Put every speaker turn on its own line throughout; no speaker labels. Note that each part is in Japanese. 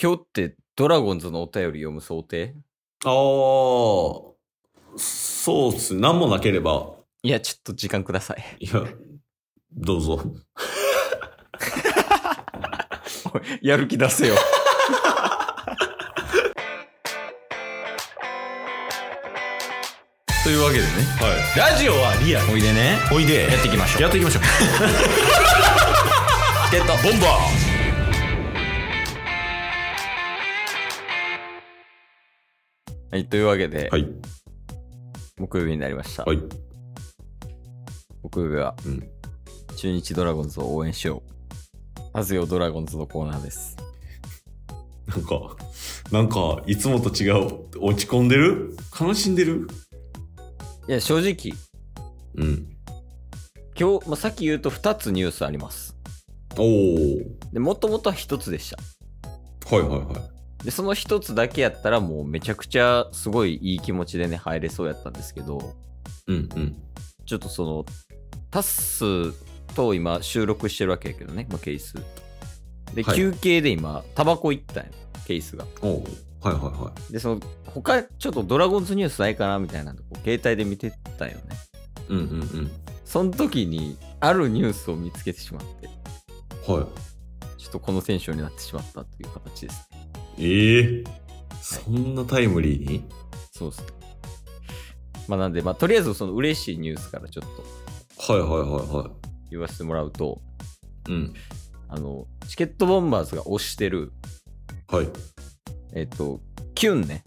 今日ってドラゴンズのお便り読む想定
ああ、そうっす。何もなければ。
いや、ちょっと時間ください。
いや、どうぞ。
やる気出せよ。 というわけでね、
はい。ラジオはリア
おいでね、
おいで。
やっていきましょう。
やっていきましょう。
ゲット
ボンバ
はい、というわけで、
ーはい。
木曜日になりました。
はい。
木曜日は、
うん
中日ドラゴンズを応援しよう。ハズよドラゴンズのコーナーです。
なんか、なんか、いつもと違う。落ち込んでる悲しんでる
いや、正直、
うん。
今日、まあ、さっき言うと2つニュースあります。
おー。
で、もともとは1つでした。
はいはいは
で、その1つだけやったらもうめちゃくちゃすごいいい気持ちでね、入れそうやったんですけど、
い。うんうん。
ちょっとその、タッスと今収録してるわけやけどね、まあ、ケース。で、
はい
休憩で今、タバコ行ったんよ、ケースが。
おー。はいはいは
で、その、他、ちょっとドラゴンズニュースないかなみたいなのをこう携帯で見てたよね。
い。うんうんうん。
その時に、あるニュースを見つけてしまって、
はい。
ちょっとこのテンションになってしまったという形ですね。
ええそんなタイムリーに
そうですね。まあ、なんで、まあ、とりあえずその嬉しいニュースからちょっと
はいはいはいは
言わせてもらうと、
い。うん。
あの、チケットボンバーズが推してる、
はい。
えっ、と、キュンね。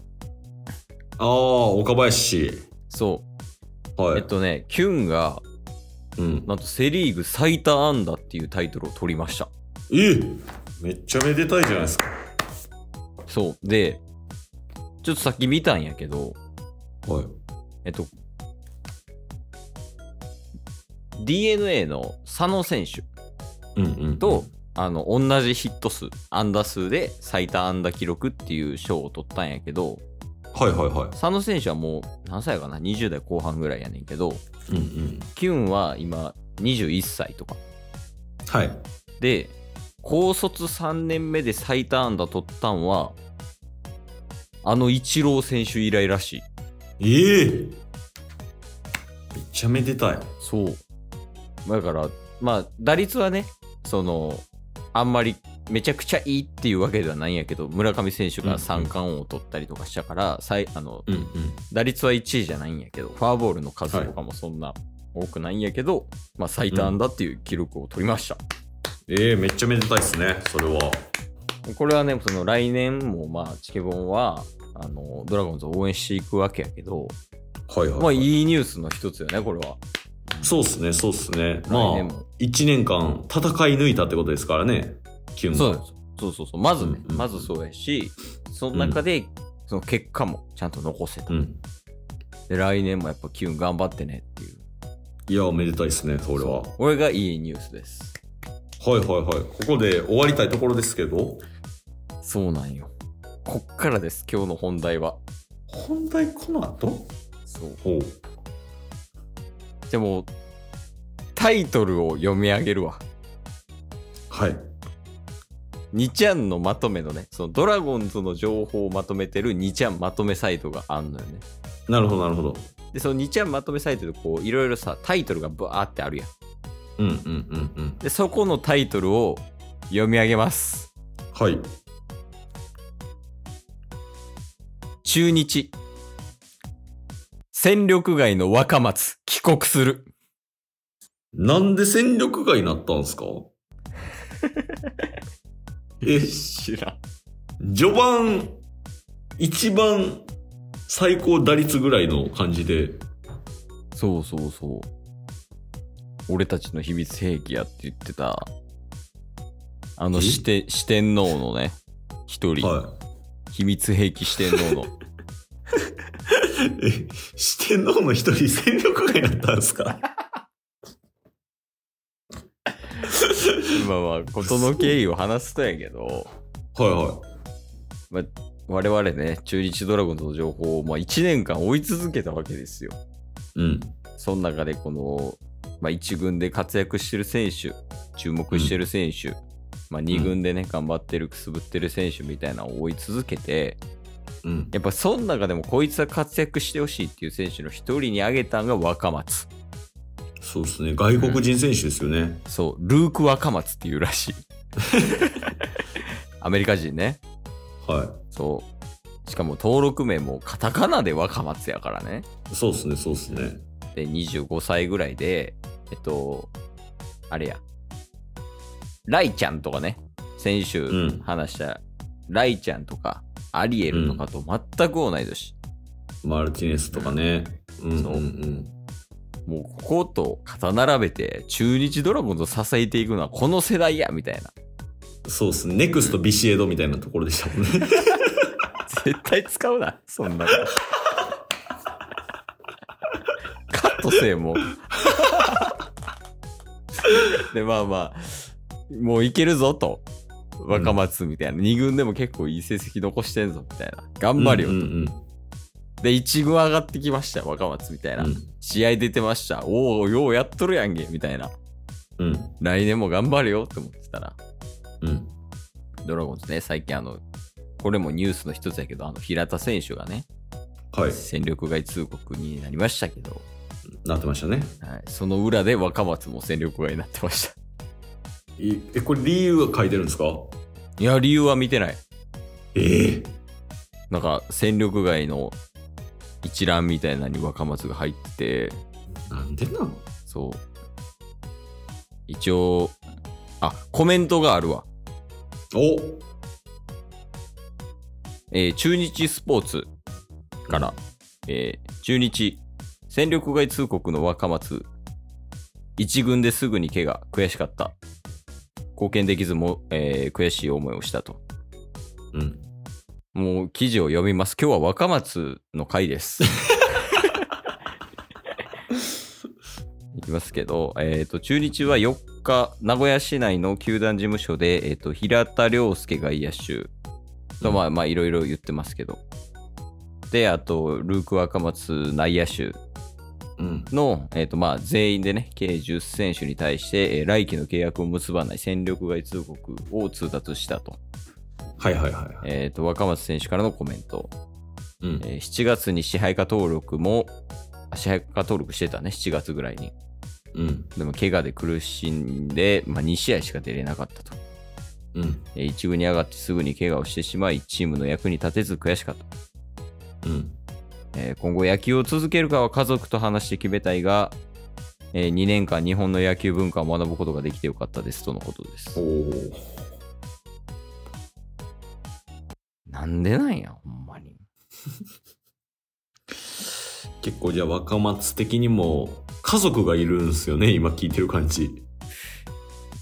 ああ、岡林。
そう。
はい。
えっとね、キュンが、
うん。
なんとセリーグ最多安打っていうタイトルを取りました。
えめっちゃめでたいじゃないですか。
そう。で、ちょっとさっき見たんやけど、
はい。
えっと、DNA の佐野選手
うんうん。
と、あの、同じヒット数、安打数で最多安打記録っていう賞を取ったんやけど、
はいはいは
佐野選手はもう何歳かな ?20 代後半ぐらいやねんけど、
い。うんうん。
キュンは今21歳とか。
はい。
で、高卒3年目で最多安打取ったんは、あのイチロー選手以来らしい。
ええめっちゃめでたい。
そう。だから、まあ、打率はね、その、あんまりめちゃくちゃいいっていうわけではないんやけど、村上選手が三冠王を取ったりとかしたから、さいあの
うんうん。
打率は1位じゃないんやけど、フォアボールの数とかもそんな多くないんやけど、まあ、最多安打っていう記録を取りました。
ええめっちゃめでたいですね、それは。
これはね、その来年も、まあ、チケボンは、あの、ドラゴンズを応援していくわけやけど、
はいはい、
まあ、
い。
いいニュースの一つよね、これは。
そうっすね、そうっすね。
来
ま
年
あ
も、
一年間戦い抜いたってことですからね、キュンが
そうなんですよそうそうそう。まずね
う、んうん
まずそうやし、その中で、その結果もちゃんと残せた。
うん。
で、来年もやっぱキュン頑張ってねっていう。
いや、めでたいですね、それは。
これがいいニュースです。
はいはいはい。ここで終わりたいところですけど、
そうなんよ。こっからです、今日の本題は。
本題この後
そう。
ほう。
でも、タイトルを読み上げるわ。
はい。
2ちゃんのまとめのね、そのドラゴンズの情報をまとめてる2ちゃんまとめサイトがあんのよね。
なるほど、なるほど。
で、その2ちゃんまとめサイトでこう、いろいろさ、タイトルがバーってあるやん。
うんうんうんうん。
で、そこのタイトルを読み上げます。
はい。
中日。戦力外の若松、帰国する。
なんで戦力外になったん すかえ、
知らん。
序盤、一番最高打率ぐらいの感じで、
そうそうそう。俺たちの秘密兵器やって言ってた、あの
え
四天、四天王のね、一人、
は
秘密兵器四天王の。
い。え、四天王の一人戦力外になったんすか
今は事の経緯を話すとやけど、
はいは
まあ、我々ね、中日ドラゴンズの情報を、まあ、1年間追い続けたわけですよ。
い。うん。
その中でこの、まあ、1軍で活躍してる選手、注目してる選手、まあ、2軍でね、頑張ってるくすぶってる選手みたいなのを追い続けて
うん。
やっぱその中でもこいつは活躍してほしいっていう選手の一人に挙げたのが若松
そうですね。外国人選手ですよね。
そうルーク若松っていうらしいアメリカ人ね
は
そうしかも登録名もカタカナで若松やからね
い。そうですね、そうですね。
で25歳ぐらいでえっとあれやライちゃんとかね先週
うん
話したライちゃんとかアリエルとかと全く同い年、
マルティネスとかね。うんうん
そう
うん。
もうここと肩並べて中日ドラゴンズを支えていくのはこの世代やみたいな
そうですね。ネクストビシエドみたいなところでしたもんね。
絶対使うなそんなのカットせえもうでまあまあもういけるぞと若松みたいな、2軍でも結構いい成績残してんぞみたいな頑張るよ、
うんうん
で1軍上がってきました若松みたいな、
うん
試合出てましたおおようやっとるやんけみたいな
うん。
来年も頑張れよって思ってたら
うん。うん。
ドラゴンズね、最近あの、これもニュースの一つやけど、あの平田選手がね、
はい。
戦力外通告になりましたけど、
なってましたね。
はい、その裏で若松も戦力外になってました。
いえ、これ理由が書いてるんですか
いや、理由は見てない。
ええ
なんか、戦力外の一覧みたいなのに若松が入ってて、
なんでな
そう。一応、あ、コメントがあるわ。
お
えー中日スポーツから、えー中日、戦力外通告の若松、一軍ですぐに怪我、悔しかった。貢献できずも、えー悔しい思いをしたと。
うん。
もう記事を読みます。今日は若松の回です。いきますけど、えっ、と、中日は4日、名古屋市内の球団事務所で、えっ、と、平田良介外野手と、まあ、まあ、いろいろ言ってますけど。で、あと、ルーク若松内野手
うん。
の、えっ、と、まあ、全員でね、計10選手に対して、えー来期の契約を結ばない戦力外通告を通達したと。
はいはいはいはい。
えっ、と、若松選手からのコメント。
うん。
えー7月に支配下登録も、あ支配下登録してたね、7月ぐらいに。
うん。
でも、怪我で苦しんで、まあ、2試合しか出れなかったと。
うん。
えー一軍に上がってすぐに怪我をしてしまい、チームの役に立てず悔しかった。
うん。
えー今後、野球を続けるかは家族と話して決めたいが、え2年間、日本の野球文化を学ぶことができてよかったですとのことです
お。お。
なんでなんや、ほんまに。
結構じゃあ若松的にも家族がいるんですよね、今聞いてる感じ。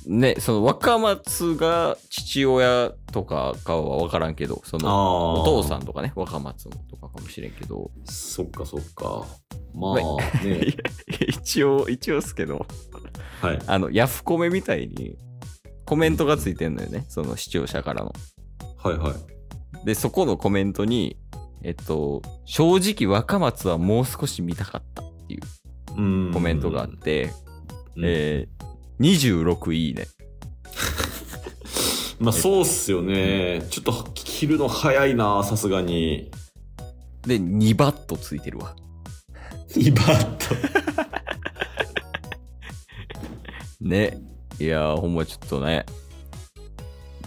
ね、その若松が父親とかかは分からんけど、その
お
お父さんとかね、若松のとかかもしれんけど、
そっかそっか。まあ ね。
一応、一応っすけど、
はい。
あの、ヤフコメみたいに、コメントがついてんのよね、その視聴者からの。
はいはい。
で、そこのコメントに、えっと、正直若松はもう少し見たかったっていう
うん。
コメントがあって、
うん
えー、26いいね。
まあそうっすよね。ちょっと切るの早いな、さすがに。
で、2バットついてるわ。
2バット。
ね。いやー、ほんまちょっとね、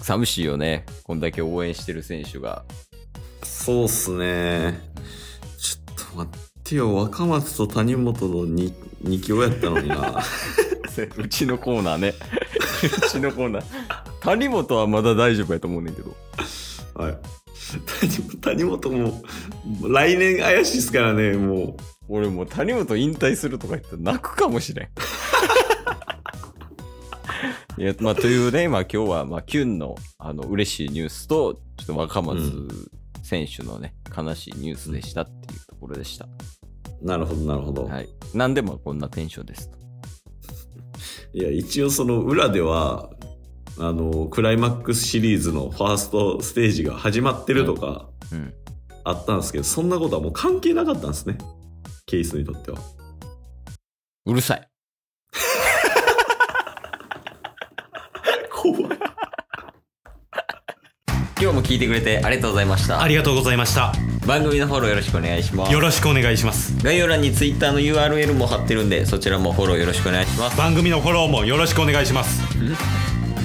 寂しいよね。こんだけ応援してる選手が。
そうっすね。ちょっと待ってよ、若松と谷本の 2, 2強やったのに な。
うちのコーナーね。 うちのコーナー。谷本はまだ大丈夫やと思うねんけど。
はい。谷谷本も、来年怪しいですからね、も
俺もう谷本引退するとか言ったら泣くかもしれん。 いやまあ、というね、まあ、今日は、まあ、キュンのあの嬉しいニュースと、ちょっと若松選手のね、悲しいニュースでしたっていうところでした。
う。なるほど、なるほど。、
はいい。なんでもこんなテンションですと。
や、一応その裏では、あの、クライマックスシリーズのファーストステージが始まってるとか
うん。
あったんですけど、そんなことはもう関係なかったんですね。ケイスにとっては。
うるさい。
怖い。
今日も聞いてくれてありがとうございました
ありがとうございました
番組のフォローよろしくお願いします
よろしくお願いします
概要欄に Twitter の URL も貼ってるんでそちらもフォローよろしくお願いします
番組のフォローもよろしくお願いします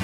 す